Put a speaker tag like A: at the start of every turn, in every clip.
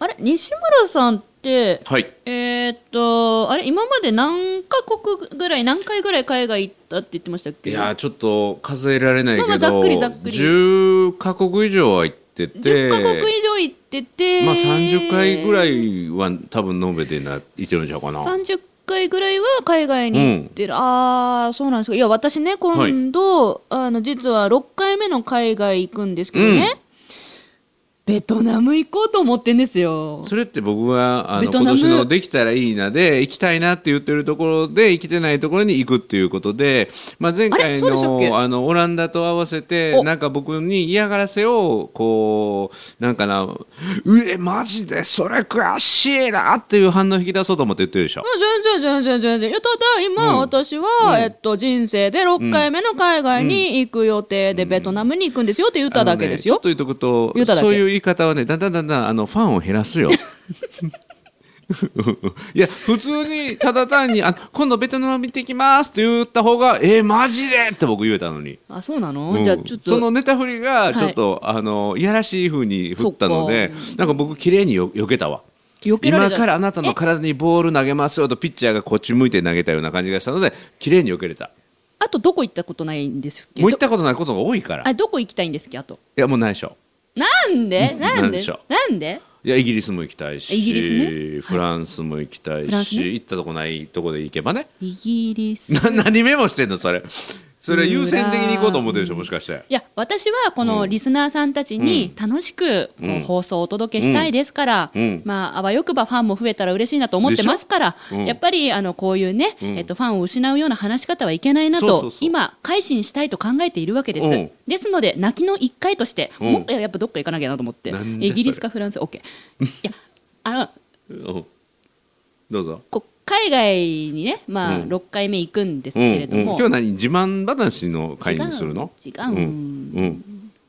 A: あれ西村さんって、
B: はい
A: えーっとあれ今まで何カ国ぐらい何回ぐらい海外行ったって言ってましたっ
B: い
A: け
B: やーちょっと数えられないけど、
A: まあまあざっくりざっくり
B: 10カ国以上は行ってて
A: 10カ国以上行ってて
B: まあ30回ぐら
A: い
B: いは多分延べてな行ってるんちゃうかな
A: 30回ぐらいは海外に行ってる、ああそうなんですかいや私ね今度、あの実は6回目の海外行くんですけどね、ベトナム行こうと思ってんですよ
B: それって僕はあの
A: ベト
B: 今
A: ナム
B: 年のできたらいいなで行きたいなって言ってるところで行きてないところに行くっていうことで、まあ、前
A: あれ
B: 回
A: そうでしたっけ
B: のあのオランダと合わせて
A: お
B: なんか僕に嫌がらせをこうなんかな「うえマジでそれ悔しいな」っていう反応引き出そうと思って言ってるでしょ
A: ま。あ、全然全然全然いやただ今、
B: うん
A: 私は、えっと、人生で6回目の海外に行く予定で、ベトナムに行くんですよって言っただけですよ、
B: あのねちょっと言っとくと
A: 言っただけ
B: そういう言い方はねだんだんだんだんあのファンを減らすよ いや普通にただ単にあ「今度ベトナム行ってきます」って言った方が「えー、マジで!」って僕言えたのに、
A: あそうなの、
B: うん
A: じゃあちょっと
B: そのネタ振りが
A: い
B: ちょっと、い、あのいやらしい風に振ったのでなんか僕綺麗によ避けたわ
A: 避けられ
B: 今
A: ちゃう
B: からあなたの体にボール投げますよとピッチャーがこっち向いて投げたような感じがしたので綺麗に避けれた
A: あとどこ行ったことないんですけど
B: もう行ったことないことが多いからい
A: あどこ行きたいんですっけあと
B: やもうないでしょ
A: なんでな
B: なんん
A: で
B: でしょ
A: なんで
B: いやイギリスも行きたいし
A: イギリスね
B: フランスも行きたい
A: フランス
B: し、
A: ね
B: 行ったとこないとこで行けばね
A: イギリス
B: な何メモしてんのそれそれ優先的に行こうと思ってるでしょもしかして
A: いや私はこのリスナーさんたちに楽しくこう放送をお届けしたいですから、
B: うん
A: まあ、あわよくばファンも増えたら嬉しいなと思ってますから、
B: しょうん
A: やっぱりあのこういうね、えっと、ファンを失うような話し方はいけないなと
B: そうそうそう
A: 今、改心したいと考えているわけです、
B: うん
A: ですので泣きの一回として、
B: うん
A: もっとやっぱどっか行かなきゃなと思って
B: なんでそれ
A: イギリスかフランス OK いやあの
B: うんどうぞ
A: こう海外にね、まあ
B: うん
A: 6回目行くんですけれど
B: うんう
A: も、
B: ん今日何自慢話の会にするの
A: 違う違う
B: うん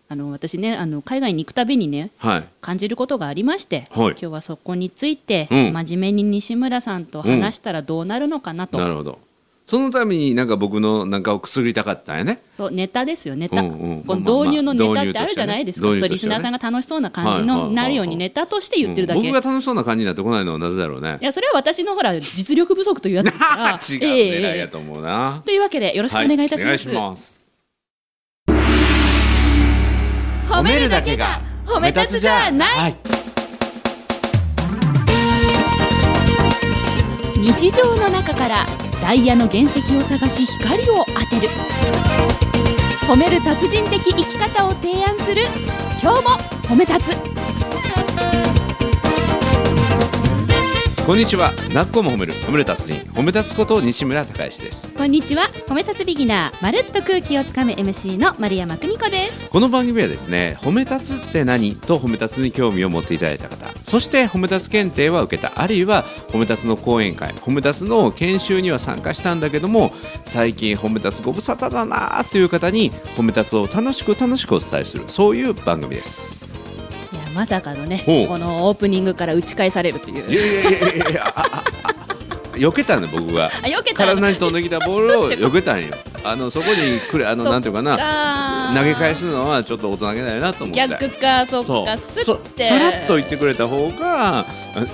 A: あの私ねあの海外に行くたびにね
B: はい
A: 感じることがありまして、
B: はい
A: 今日はそこについて、
B: うん
A: 真面目に西村さんと話したらどうなるのかなと、
B: なるほどそのためになんか僕のなんかをくすぐりたかったんやね
A: そうネタですよネタ、
B: うんうん
A: この
B: まあまあ
A: 導入のネタっ
B: 導入と
A: て
B: してね
A: あるじゃないですか、
B: 導入
A: そう
B: と
A: リ
B: して
A: ス
B: ね
A: ナーさんが楽しそうな感じ
B: はいはいは
A: の
B: い
A: なるようにネタとして言ってるだけ、
B: うん僕が楽しそうな感じになってこないのはなぜだろう ね
A: いやそれは私のほら実力不足というやつですから
B: 違う
A: ええ
B: 狙いやと思うな
A: というわけでよろしくお願いいたし
B: は
A: ます,、
B: お願いします
A: 褒めるだけが褒め立つじゃない、
B: はい
A: 日常の中からダイヤの原石を探し光を当てる褒める達人的生き方を提案する今日も褒め立つ
B: こんにちはなっこも褒める褒める達人褒め立つこと西村孝之です
A: こんにちは褒め立つビギナーまるっと空気をつかむ MC の丸山久美子です
B: この番組はですね褒め立つって何と褒め立つに興味を持っていただいた方そして褒め立つ検定は受けたあるいは褒め立つの講演会褒め立つの研修には参加したんだけども最近褒め立つご無沙汰だなーという方に褒め立つを楽しく楽しくお伝えするそういう番組です
A: いやまさかのね
B: ほう
A: このオープニングから打ち返されるとい
B: いうやいやいやいやいやあああ避けたね僕が
A: あよけた
B: 体に飛んできたボールを避けたんよあのそこにくれあ
A: そっ
B: の
A: か
B: なんていうかな
A: あー
B: 投げ返すのはちょっと大人げないなと思って
A: 逆かそ
B: そ
A: っか
B: う
A: す
B: そ
A: って
B: さらっと言ってくれた方が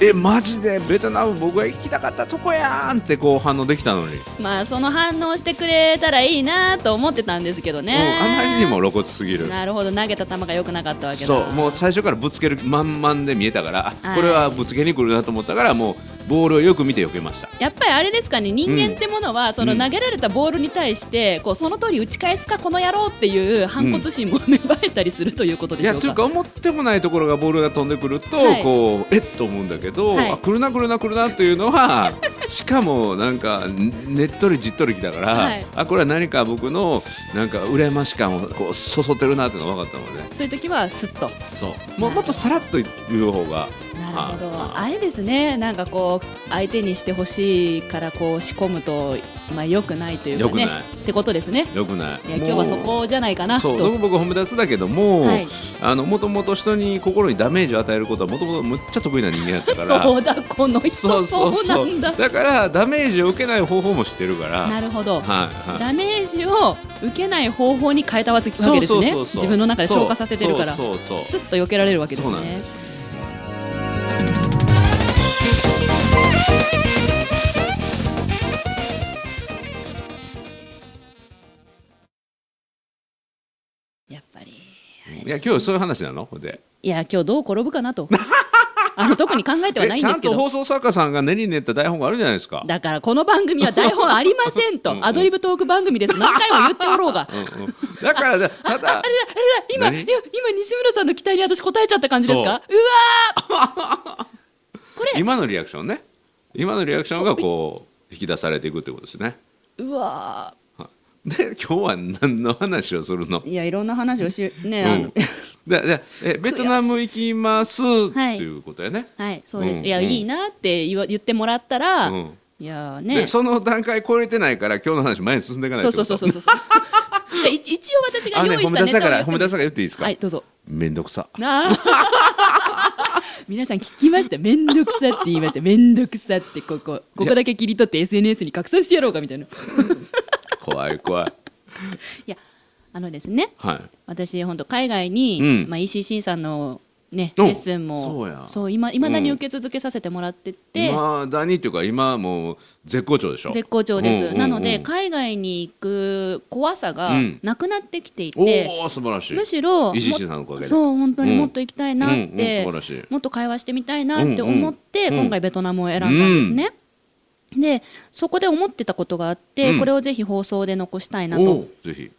B: えマジでベトナム僕が行きたかったとこやんってこう反応できたのに、
A: まあその反応してくれたらいいなと思ってたんですけど
B: うん、
A: ね、
B: あまりにも露骨すぎる
A: なるほど投げた球が良くなかったわけだ
B: そうもう最初からぶつける満々で見えたから
A: は
B: あ
A: い
B: これはぶつけに来るなと思ったからもうボールをよく見て避けました
A: やっぱりあれですかね人間ってものは、その
B: うん
A: 投げられたボールに対して、こうその通り打ち返すかこの野郎っていう反骨心も芽生えたりするということで
B: い
A: し
B: や
A: ょう
B: という
A: か。
B: か思ってもないところがボールが飛んでくると、
A: はい
B: こうえっと思うんだけど、
A: はい
B: あ来るな来るな来るなというのは しかもなんかねっとりじっとりきたから、
A: はい
B: あこれは何か僕のなんか羨まし感をこうそそってるなっていうのが分かったので、ね、
A: そういう時はスッと
B: そうもうもっとさらっと言う方が
A: なるほど
B: は
A: あれですねなんかこう相手にしてほしいからこう仕込むとまあ良くないという
B: 良
A: か
B: く
A: ね
B: ない
A: ってことですね
B: よくない
A: いや今日はそ
B: も
A: こじゃないか
B: う
A: な
B: そう
A: と
B: 僕は褒め立つだけども、
A: はい
B: あのもともと人に心にダメージを与えることはもともとむっちゃ得意な人間だったから
A: そうだこの
B: そ
A: 人
B: うそう
A: そうな
B: そ
A: ん
B: う。
A: だ
B: だからダメージを受けない方法もしてるから。
A: な
B: はい
A: るほど
B: はい。
A: ダメージを受けない方法に変えたわけですね自分の中で消化させてるから
B: そうそうそう
A: スッと避けられるわけです
B: そうなん
A: ね
B: ですや今日そういう話なのほんで
A: いや今日どう転ぶか なとあの特に考えてはないん
B: えち
A: で
B: ゃ
A: す
B: ん
A: け
B: と
A: ど
B: 放送作家さんが練り練った台本があるじゃないですか
A: だからこの番組は台本ありませんとアドリブトーク番組です何回も言っておろうが
B: うんうんだからだ
A: あ
B: ただ
A: れだあれだ今
B: 何
A: いや今西村さんの期待に私答えちゃった感じですかうわー これ
B: 今のリアクションね今のリアクションがこう引き出されていくってことですね
A: うわ
B: で今日は何の話をするの
A: ーいやいろんな話をしね、あ
B: う
A: の
B: んででえベトナム行きますって
A: はい
B: いうことやね、
A: はいそうです、
B: うん
A: いや
B: うん
A: いいなって言わ言ってもらったら、
B: うん
A: いやー
B: で
A: ね
B: その段階超えてないから今日の話前に進んでいかない
A: そう
B: って
A: そ
B: こ
A: うそ
B: と
A: うそうそうで一 一応私が
B: あね
A: 用意
B: 褒
A: し
B: め
A: た
B: 出
A: ネ
B: さか
A: タ
B: ら
A: を
B: 褒め出さから言っていいですか、
A: はいどうぞ
B: めんどくさ
A: なあ 皆さん聞きましためんどくさって言いましためんどくさってここここだけ切り取って SNS に拡散してやろうかみ たいない
B: 怖い怖い
A: やあのですね
B: はい
A: 私本当海外に、
B: うん
A: まあ、ECC さんのね
B: お
A: レッスンも
B: そうや
A: いま未だに受け続けさせてもらってて、
B: まあだにっていうか今もう絶好調でしょ
A: 絶好調です、
B: うんうんうん
A: なので海外に行く怖さが
B: うん
A: なくなってきていて、
B: おお素晴らしい
A: むしろも
B: 石井さんのおかげで
A: そう本当に
B: うん
A: もっと行きたいなって、
B: うんうん素晴らしい
A: もっと会話してみたいなって思って、
B: うんうん
A: 今回ベトナムを選んだんですね、でそこで思ってたことがあって、
B: うん
A: これをぜひ放送で残したいな
B: お
A: と
B: おぜひ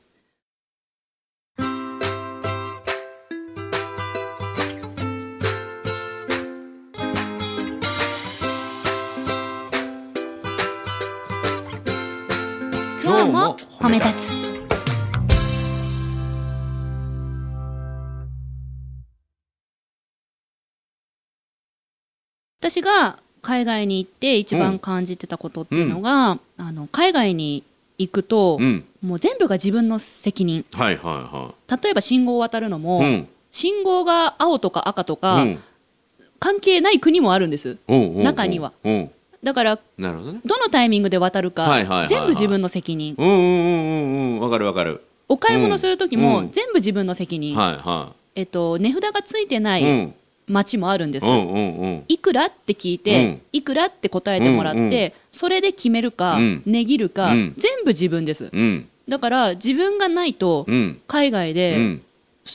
A: 今日も褒め立つ私が海外に行って一番感じてたことっていうのが、あの海外に行くと、
B: うん
A: もう全部が自分の責任
B: はいはいは
A: 例えば信号を渡るのも、
B: いうん
A: 信号が青とか赤とか、
B: うん
A: 関係ない国もあるんです
B: おうおうおう
A: 中には
B: うん
A: だから
B: なるほどね
A: どのタイミングで渡るか、
B: はいはいはいはい
A: 全部自分の責任
B: うんうんうんうんうんわかるわかる
A: お買い物する時
B: う
A: も
B: ん
A: 全部自分の責任、
B: はいは
A: えっと、値札がついてないい
B: ん
A: 町もあるんです、
B: うんうんうん
A: いくらって聞いて、
B: うん
A: いくらって答えてもらって、
B: うんうん
A: それで決めるか、
B: うん
A: 値切るか、
B: うん
A: 全部自分です
B: うん
A: だから自分がないと
B: うん
A: 海外
B: う
A: で
B: ん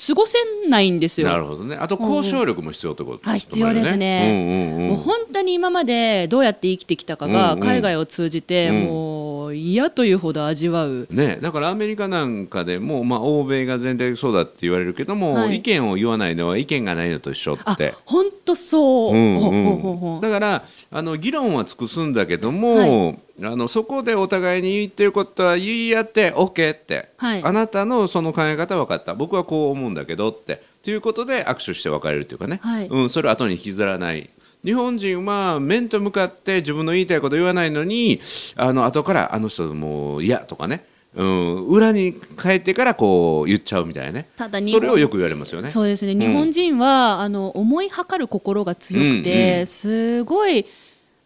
A: 過ごせないんですよ、
B: なるほどねあと交渉力も必要ってこと
A: あ必要ですね
B: うんうんうん
A: もう本当に今までどうやって生きてきたか
B: う
A: が
B: んうん
A: 海外を通じて
B: うん
A: もう嫌というほど味わう、
B: ね、だからアメリカなんかでも、まあ、欧米が全体そうだって言われるけども、
A: はい
B: 意見を言わないのは意見がないのと一緒っ
A: あ
B: て。
A: 本当そう、
B: うん
A: ほほほ
B: うん
A: ほ
B: だからあの議論は尽くすんだけども、
A: は
B: あのそこでお互いに言ってることは言い合って OK って、
A: はい
B: あなたのその考え方分かった僕はこう思うんだけどってということで握手して別れるというかね、
A: はい
B: うん、それを後に引きずらない日本人は面と向かって自分の言いたいこと言わないのにあの後からあの人もう嫌とかね、うん、裏に帰ってからこう言っちゃうみたいなね
A: ただ日本
B: それをよく言われますよね。
A: そうですね日本人は、あの思いはかる心が強くて、
B: うんうん
A: すごい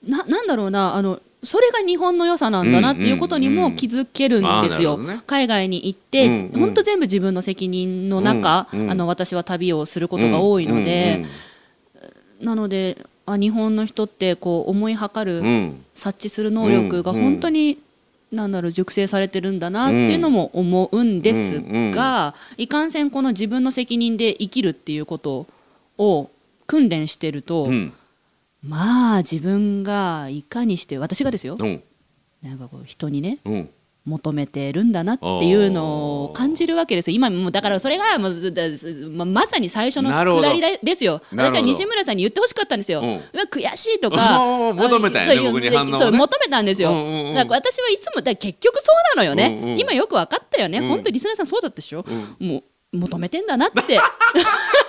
A: ななんだろうなあのそれが日本の良さなんだなっていうことに
B: うんうん
A: も
B: うん
A: 気づけるんですよ、
B: あーなるほどね
A: 海外に行って
B: うんうん
A: 本当、ほんと全部自分の責任の中、
B: うんうん
A: あの私は旅をすることが多いので、
B: うんうん
A: なのであ日本の人ってこう思いはかる、
B: うんうん
A: 察知する能力が
B: うん
A: 本当に、なんだろう熟成されてるんだなっていうのも思うんですが、
B: うんうん
A: いかんせんこの自分の責任で生きるっていうことを訓練してると、
B: うん
A: まあ自分がいかにして私がですよ
B: うん
A: なんかこう人にね
B: うん
A: 求めてるんだなっていうのを感じるわけですよ今もうだからそれがもうだままさに最初の
B: なるほ
A: く
B: ど
A: だりだですよ
B: なるほ
A: 私
B: ど
A: は西村さんに言ってほしかったんですよ、
B: う
A: うんわ悔しいとか
B: おー 求めたんやね
A: そう
B: 僕に反応をね
A: そう求めたんですよ、
B: うんうんうん
A: だから私はいつもだから結局そうなのよね、
B: うんうん
A: 今よく分かったよね、
B: うん
A: 本当にリスナーさんそうだったでしょ、
B: う
A: もう求めてんだなって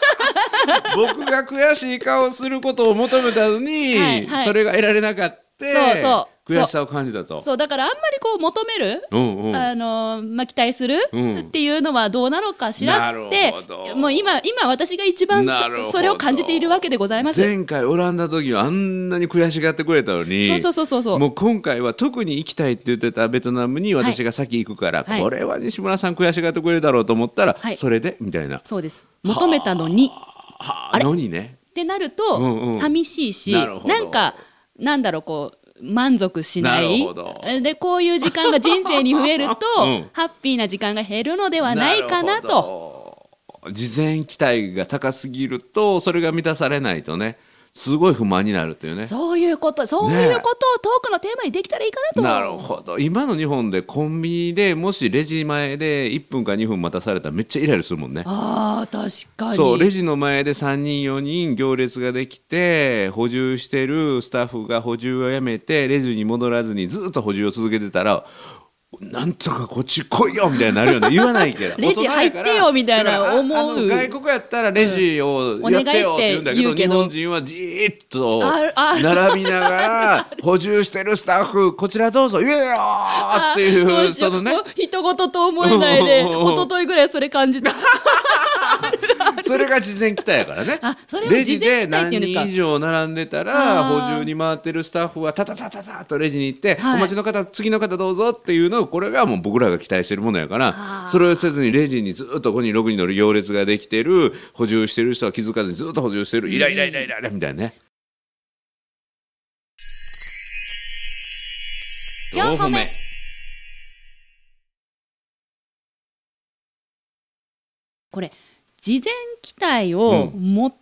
B: 僕が悔しい顔をすることを求めたのに、
A: はいはい
B: それが得られなかった
A: そうそう
B: 悔しさを感じたと。
A: そうだからあんまりこう求める
B: うんうん、
A: あのーまあ、期待する、
B: うん
A: っていうのはどうなのかしらっ
B: な
A: て
B: るほど
A: もう今今私が一番
B: なるほど
A: そそれを感じているわけでございます。
B: 前回オランダの時はあんなに悔しがってくれたのに
A: そうそうそうそうそう
B: もう今回は特に行きたいって言ってたベトナムに私が先行くから、
A: はい
B: これは西村さん悔しがってくれるだろうと思ったら、
A: はい
B: それでみたいな。
A: そうです求めたのに
B: は
A: あれ
B: のにね
A: ってなる
B: うんう
A: と
B: ん
A: 寂しいし、
B: なるほど
A: なんかなんだろうこう満足しな
B: なる
A: い
B: ほど
A: でこういう時間が人生に増えると、
B: うん
A: ハッピーな時間が減るのではないかなと
B: と。事前期待が高すぎるとそれが満たされないとねすごい不満になるというね
A: そういうことそういうことをトークのテーマにできたらいいかなと
B: なるほど今の日本でコンビニでもしレジ前で1分か2分待たされたらめっちゃイライラするもんね
A: あー確かに
B: そうレジの前で3人4人行列ができて補充してるスタッフが補充をやめてレジに戻らずにずっと補充を続けてたらなんとかこっち来いよみたいになる よね言わないけど
A: レジ入ってよみたいな
B: 大人やから
A: 思う
B: あの外国やったらレジを
A: うん
B: やってよって言うんだ
A: お願いって
B: けど,、
A: 言うけど
B: 日本人はじーっと
A: あるある
B: 並びな がら補充してるスタッフこちらどうぞ言えよーってい
A: あーど
B: う
A: しよ
B: そのね
A: 人事と思えないで
B: うんうんうんうん
A: 一昨日ぐらいそれ感じた
B: それが事前期待やからね
A: あそれを
B: レジで
A: 事前期待って言
B: 何
A: うんですか
B: 人以上並んでたら
A: あー
B: 補充に回ってるスタッフはタタタタタとレジに行って、
A: はい
B: お待ちの方次の方どうぞっていうのをこれがもう僕らが期待してるものやからそれをせずにレジにずっと5人6人の行列ができてる補充してる人は気づかずにずっと補充してるイライライライライラみたいなね。
A: 四個目これ事前期待を持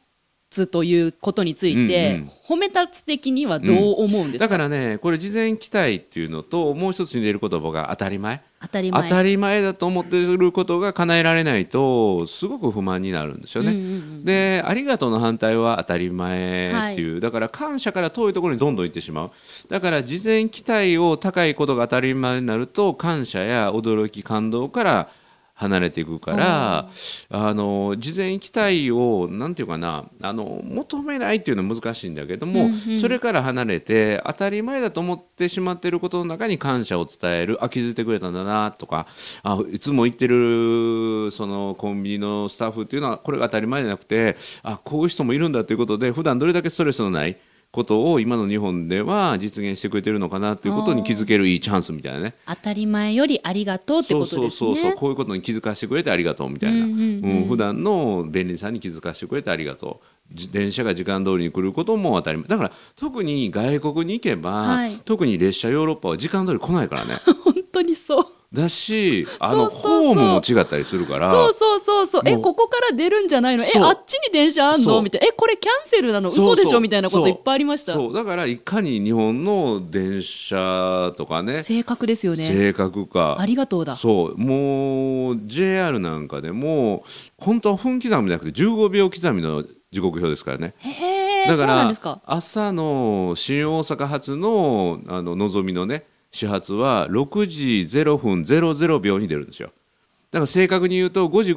A: つということについて、
B: うんうん
A: 褒め立つ的にはどう思うんですか、
B: だからねこれ事前期待っていうのともう一つに出る言葉が当たり前
A: 当たり
B: 当
A: 前
B: たり前だと思っていることが叶えられないとすごく不満になるんですよね。
A: うんうんうん
B: でありがとうの反対は当たり前っていう、だから感謝から遠いところにどんどん行ってしまうだから事前期待を高いことが当たり前になると感謝や驚き感動から離れていくからあの事前期待をなんていうかなあの求めないっていうのは難しいんだけども、
A: うんうん
B: それから離れて当たり前だと思ってしまっていることの中に感謝を伝えるあ気づいてくれたんだなとかあいつも行ってるそのコンビニのスタッフっていうのはこれが当たり前じゃなくてあこういう人もいるんだということで普段どれだけストレスのないことを今の日本では実現してくれてるのかなということに気づけるいいチャンスみたいなね。
A: 当たり前よりありがとうって
B: そ
A: こ
B: う
A: と
B: そう
A: です
B: そう
A: ね
B: そうこういうことに気づかせてくれてありがとうみたいな、
A: うんうんうん
B: うん普段の便利さに気づかせてくれてありがとうじ電車が時間通りに来ることも当たり前だから特に外国に行けば、
A: はい
B: 特に列車ヨーロッパは時間通り来ないから ね
A: 本当にそう
B: だしあの
A: そうそうそう
B: ホームも違ったりするから
A: そうそうそうそうえ
B: もう
A: ここから出るんじゃないのえ
B: そう
A: あっちに電車あん
B: そう
A: のみたいなえこれキャンセルなの
B: そうそう
A: 嘘でしょみたいなこといっぱいありました
B: そうだからいかに日本の電車とかね
A: 正確ですよね
B: 正確か
A: ありがとうだ
B: そうもう JR なんかでも本当は分刻みじゃなくて15秒刻みの時刻表ですからね
A: へえ
B: だ
A: そ
B: か
A: うなん
B: ら
A: ですか
B: 朝の新大阪発のあののぞみのね始発は6時0分00秒に出るんですよだから正確に言うと5時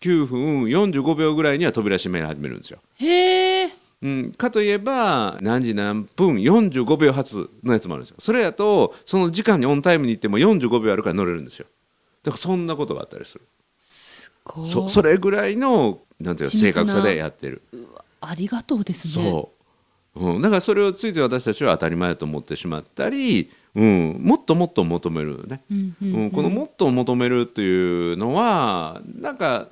B: 59分45秒ぐらいには扉閉め始めるんですよ、
A: へえ
B: うん、かといえば何時何分45秒発のやつもあるんですよそれやとその時間にオンタイムに行っても45秒あるから乗れるんですよだからそんなことがあったりする
A: こう
B: そそれぐらいのなんていうの
A: 緻
B: 正
A: 密な
B: 確さでやってる
A: ありがとうですね
B: そう、うん、だからそれをついつい私たちは当たり前だと思ってしまったり、うん、もっともっと求めるね、
A: うんうん
B: うん、このもっと求めるっていうのはなんか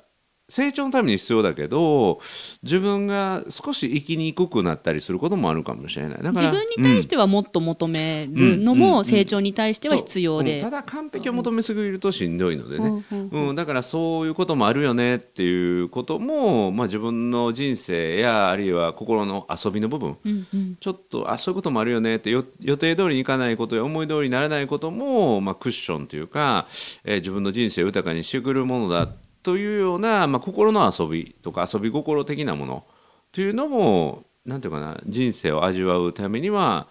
B: 成長のために必要だけど自分が少し生きにくくなったりすることもあるかもしれないだか
A: 自
B: ら
A: 分に対してはもっと求めるの
B: うんうんうん
A: も成長に対しては必要
B: うん
A: で
B: ただ完璧を求めすぎるとしんどいのでね、
A: うんうん
B: うん、だからそういうこともあるよねっていうことも、まあ、自分の人生やあるいは心の遊びの部分
A: うんうん
B: ちょっとあそういうこともあるよねってよ予定通りにいかないことや思い通りにならないことも、まあ、クッションというか、えー自分の人生を豊かにしてくるものだというような、まあ、心の遊びとか遊び心的なものというのもなんていうかな人生を味わうためには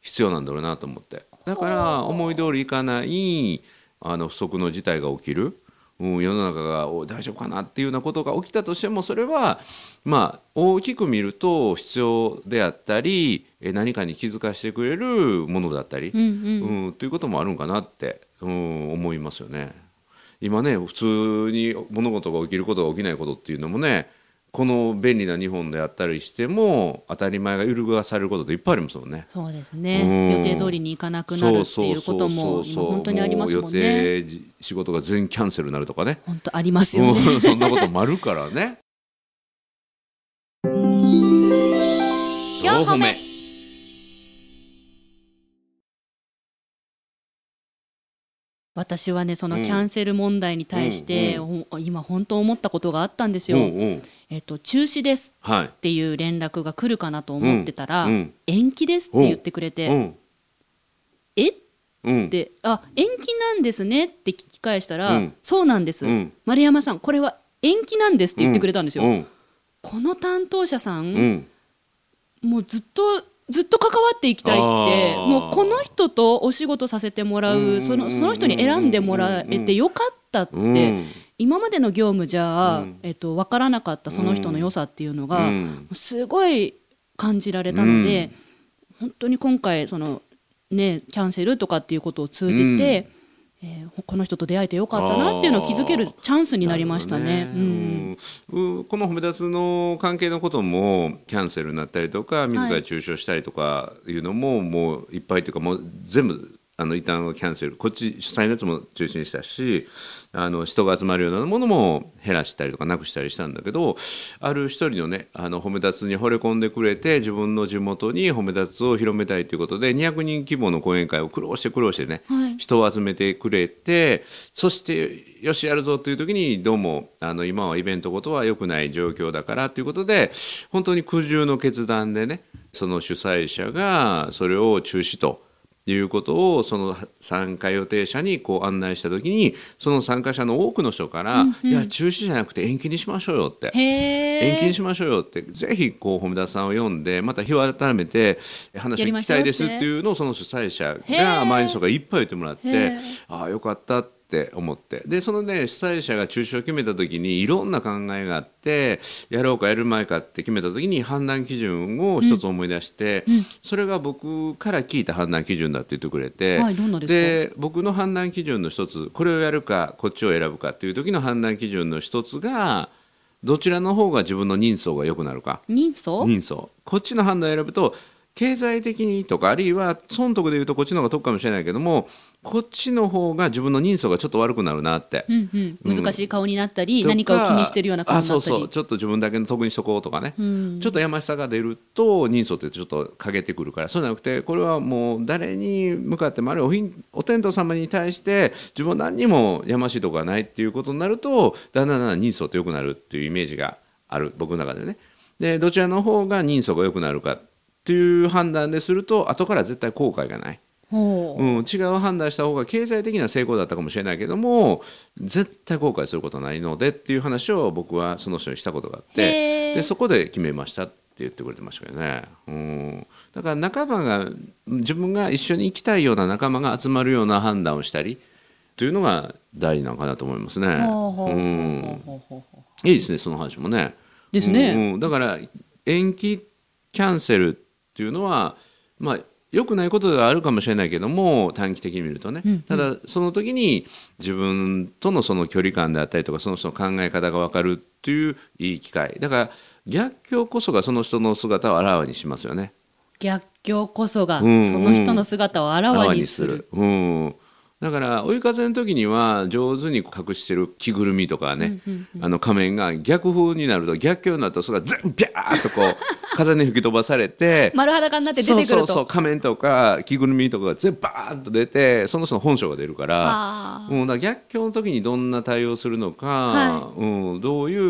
B: 必要なんだろうなと思ってだから思い通りいかないあの不測の事態が起きる、うん、世の中がお大丈夫かなっていうようなことが起きたとしてもそれはまあ大きく見ると必要であったりえ何かに気づかせてくれるものだったり、
A: うんうん
B: うん、ということもあるんかなって、うん、思いますよね。今ね普通に物事が起きることが起きないことっていうのもねこの便利な日本であったりしても当たり前が揺るがされることっていっぱいありますもんね。
A: そうです
B: うん
A: ね予定通りに行かなくなるっていうこと
B: そう
A: も
B: そうそう
A: も
B: そう
A: う本当にありますもん
B: う予
A: ね
B: 定じ仕事が全キャンセルになるとかね。
A: 本当ありますよね
B: うんそんなこともあるからね。
A: 四歩目私はねそのキャンセル問題に対して、
B: う
A: ほん今本当思ったことがあったんです
B: う
A: よ、
B: んうん
A: えっと、中止です
B: はい
A: っていう連絡が来るかなと思ってたら、
B: うんうん
A: 延期ですって言ってくれて、
B: うん
A: えっ
B: うん
A: てあ延期なんですねって聞き返したら、
B: うん
A: そうなんです、
B: うん
A: 丸山さんこれは延期なんですって言ってくれたんですよ、
B: うん
A: この担当者さん、
B: うん
A: もうずっとずっと関わっていきたいって
B: あー
A: もうこの人とお仕事させてもら
B: うんうんうんう
A: うんそのその人に選んでもらえてよかったって、
B: うん
A: 今までの業務じゃ、
B: うん
A: えっと、分からなかったその人の良さっていうのが、
B: うん
A: すごい感じられたので、本当に今回その、ね、キャンセルとかっていうことを通じて、えーこの人と出会えてよかったなっていうのを気づけるチャンスになりましたね。うん
B: なるほどねうんこの褒め出すの関係のこともキャンセルになったりとか自ら中傷したりとかいうのも、もういっぱいというかもう全部あの一旦はキャンセルこっち主催のやつも中止にしたしあの人が集まるようなものも減らしたりとかなくしたりしたんだけどある一人のねあの褒め立つに惚れ込んでくれて自分の地元に褒め立つを広めたいということで200人規模の講演会を苦労して苦労してね、
A: はい
B: 人を集めてくれてそしてよしやるぞという時にどうもあの今はイベントことは良くない状況だからということで本当に苦渋の決断でねその主催者がそれを中止と。いうことをその参加予定者にこう案内した時にその参加者の多くの人から「いや中止じゃなくて延期にしましょうよ」って
A: へー
B: 延期にしましょうよってぜひこう本田さんを読んでまた日を改めて話を聞きたいですっていうのをその主催者
A: へ
B: が
A: ー
B: 前の人がいっぱい言ってもらっ
A: へ
B: て
A: ー
B: ああよかったって思ってでそのね主催者が中止を決めた時にいろんな考えがあってやろうかやるまいかって決めた時に判断基準を一つ思い出して、それが僕から聞いた判断基準だって言ってくれて、
A: はいどんなですか
B: で僕の判断基準の一つこれをやるかこっちを選ぶかっていう時の判断基準の一つがどちらの方が自分の人相が良くなるか
A: 人相
B: 人相こっちの判断を選ぶと経済的にとかあるいは損得でいうとこっちの方が得かもしれないけどもこっちの方が自分の人相がちょっと悪くなるなって
A: う。んうん、難しい顔になったり、何かを気にしてるような顔
B: あ
A: にな
B: そう
A: ったり
B: そうちょっと自分だけの得にしとこうとかね、
A: ん
B: ちょっとやましさが出ると人相ってちょっと欠けてくるからそうじゃなくてこれはもう誰に向かってもあるいはおひんお天道様に対して自分は何にもやましいとこがないっていうことになるとだんだんだんだん人相って良くなるっていうイメージがある僕の中でねでどちらの方が人相が良くなるかっていう判断ですると後から絶対後悔がない。
A: ほう
B: うん、違う判断した方が経済的には成功だったかもしれないけども絶対後悔することはないのでっていう話を僕はその人にしたことがあって
A: へー
B: でそこで決めましたって言ってくれてましたけどね、うん、だから仲間が自分が一緒に行きたいような仲間が集まるような判断をしたりというのが大事なのかなと思いますね。
A: ほうほうほう
B: う
A: ほ
B: ん
A: うほうほうほう
B: いいですね、その話もね。
A: ですね
B: うんうんだから延期、キャンセルっていうのは、まあ、良くないことではあるかもしれないけども短期的に見るとね、
A: うん
B: ただその時に自分とのその距離感であったりとかその人の考え方が分かるっていういい機会だから逆境こそがその人の姿をあらわにしますよね。
A: 逆境こそが、
B: うんうん
A: その人の姿をあら
B: あ
A: わ
B: わ
A: にする。
B: うん、だから追い風の時には上手に隠してる着ぐるみとかね、あの仮面が逆風になると逆境になるとそれが全部ビャーッとこう 風に吹き飛ばされて。
A: 丸裸になって出てくると。
B: そうそうそう仮面とか着ぐるみとかが全部バーンと出てその人の本性が出るから,、
A: あ
B: うん、だから逆境の時にどんな対応するのか、
A: は
B: うん、どういう、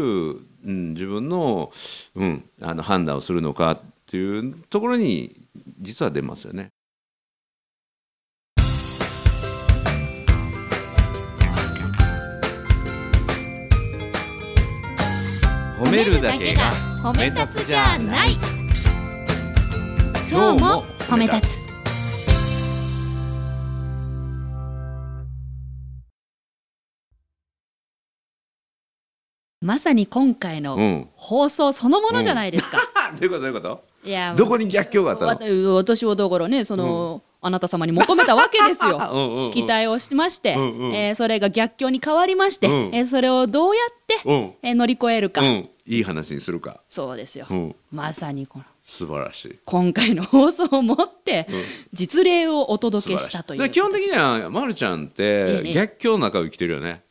B: うん、自分の,、うん、あの判断をするのかっていうところに実は出ますよね。
A: ー
B: 褒めるだけが
A: 褒
B: め立つじゃない
A: 今日も褒め立つ。まさに今回
B: う
A: の
B: ん、
A: 放送そのものじゃないですか。
B: あどういうことどういうこと
A: いや
B: どこに逆境があったの
A: わた私はだからねその、あなた様に求めたわけですよ
B: うんうんうん
A: 期待をしまして、
B: うんうん
A: えーそれが逆境に変わりまして、
B: うん
A: えーそれをどうやって、
B: うん
A: えー乗り越えるか、
B: うん、いい話にするか、
A: そうですよ、
B: うん、
A: まさにこの
B: 素晴らしい
A: 今回の放送をもって、
B: ん
A: 実例をお
B: 素
A: 届
B: 晴
A: け
B: ら
A: したとい
B: だから
A: う
B: 基
A: ちょ
B: 本的にはまるちゃんっ
A: え
B: て
A: え
B: 逆境の中を生きてるよね、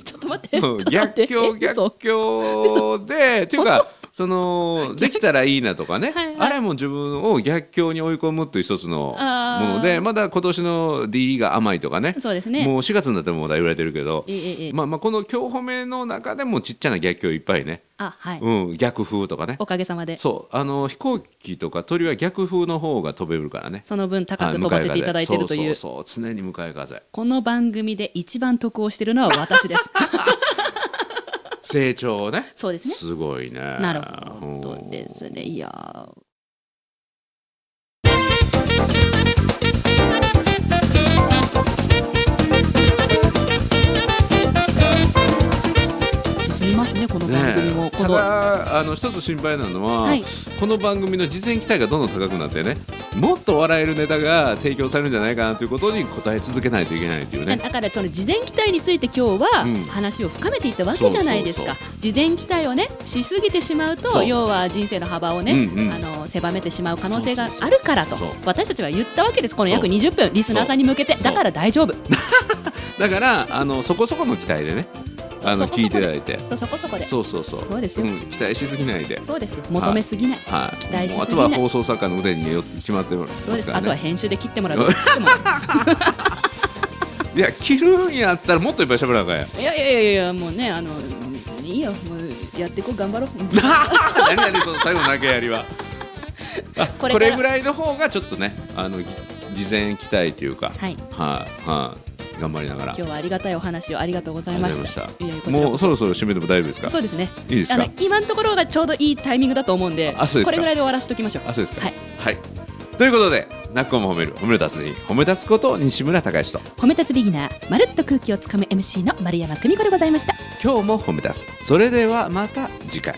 A: っと待って、
B: うん
A: ちょっと待っ
B: 逆
A: て
B: 境
A: え嘘
B: 逆境でっていうかそのできたらいいなとかね
A: はいはい
B: あれも自分を逆境に追い込むという一つのもので
A: あー
B: まだ今年の D が甘いとかね
A: そうですね
B: もう4月になってもまだ言われてるけど、
A: ええええ
B: まあ、まあこの今日褒めの中でもちっちゃな逆境いっぱいね、
A: あはい、
B: うん、逆風とかね
A: おかげさまでそ
B: そうあの飛行機とか鳥は逆風の方が飛べるからね
A: の分高
B: あ
A: く
B: 向
A: 飛
B: か
A: ばせていただいているという
B: そうそうそう常に向かい風
A: この番組で一番得をしてるのは私です
B: 成長をね
A: そう ですね
B: すごいね
A: なるほどで
B: うん
A: すねいやー進みますねこの番組も、
B: ねえ
A: こ
B: た
A: の
B: だあの一つ心配なのは、
A: はい
B: この番組の事前期待がどんどん高くなってねもっと笑えるネタが提供されるんじゃないかなということに答え続けないといけないというね
A: だからその事前期待について今日は
B: うん
A: 話を深めていったわけじゃないですか、
B: そう
A: 事前期待をねしすぎてしまうと
B: そう
A: 要は人生の幅をね、
B: うんうん
A: あの狭めてしまう可能性が
B: そうそうそう
A: あるからと
B: そう
A: 私たちは言ったわけですこの約
B: そう
A: 20分リスナーさんに向けて
B: そう
A: だから大丈夫
B: だからあのそこそこの期待でねあの
A: そこそこで
B: 聞いていただいて
A: そうそこそこで
B: そうそうそう
A: そうですよ
B: ん、期待しすぎないで、
A: そうですよ求めすぎない、
B: はい、
A: 期待しすぎない
B: もうあとは放送作家の腕によって決まってま
A: そうですす、
B: から
A: あとは
B: ね
A: 編集で切ってもらうと切ってもらう
B: いや切るんやったらもっといっぱい喋らなあかんやん
A: いやいやいやいやもうねあのうんいいよもうやっていこう頑張ろう
B: 何々その最後の投げやりはあ
A: こ
B: こ
A: れ
B: れ
A: から
B: ぐらいの方がちょっとねあのぎ事前期待というかはい
A: はい
B: はい頑張りながら
A: 今日はありがたいお話をありがとうございました
B: ありがとうございました
A: いやいやこちらこそ
B: もうそろそろ締めても大丈夫ですか
A: そうですね。
B: いいですか
A: あの今のところがちょうどいいタイミングだと思うんで、
B: あそうですか
A: これぐらいで終わらせておきましょう。
B: あそうですか
A: はい。
B: はい、ということで「なっこも褒める褒める達人褒め立つこと西村孝之と
A: 褒め立つビギナー、まるっと空気をつかむ MC の丸山久美子でございました。
B: 今日も褒め立つそれではまた次回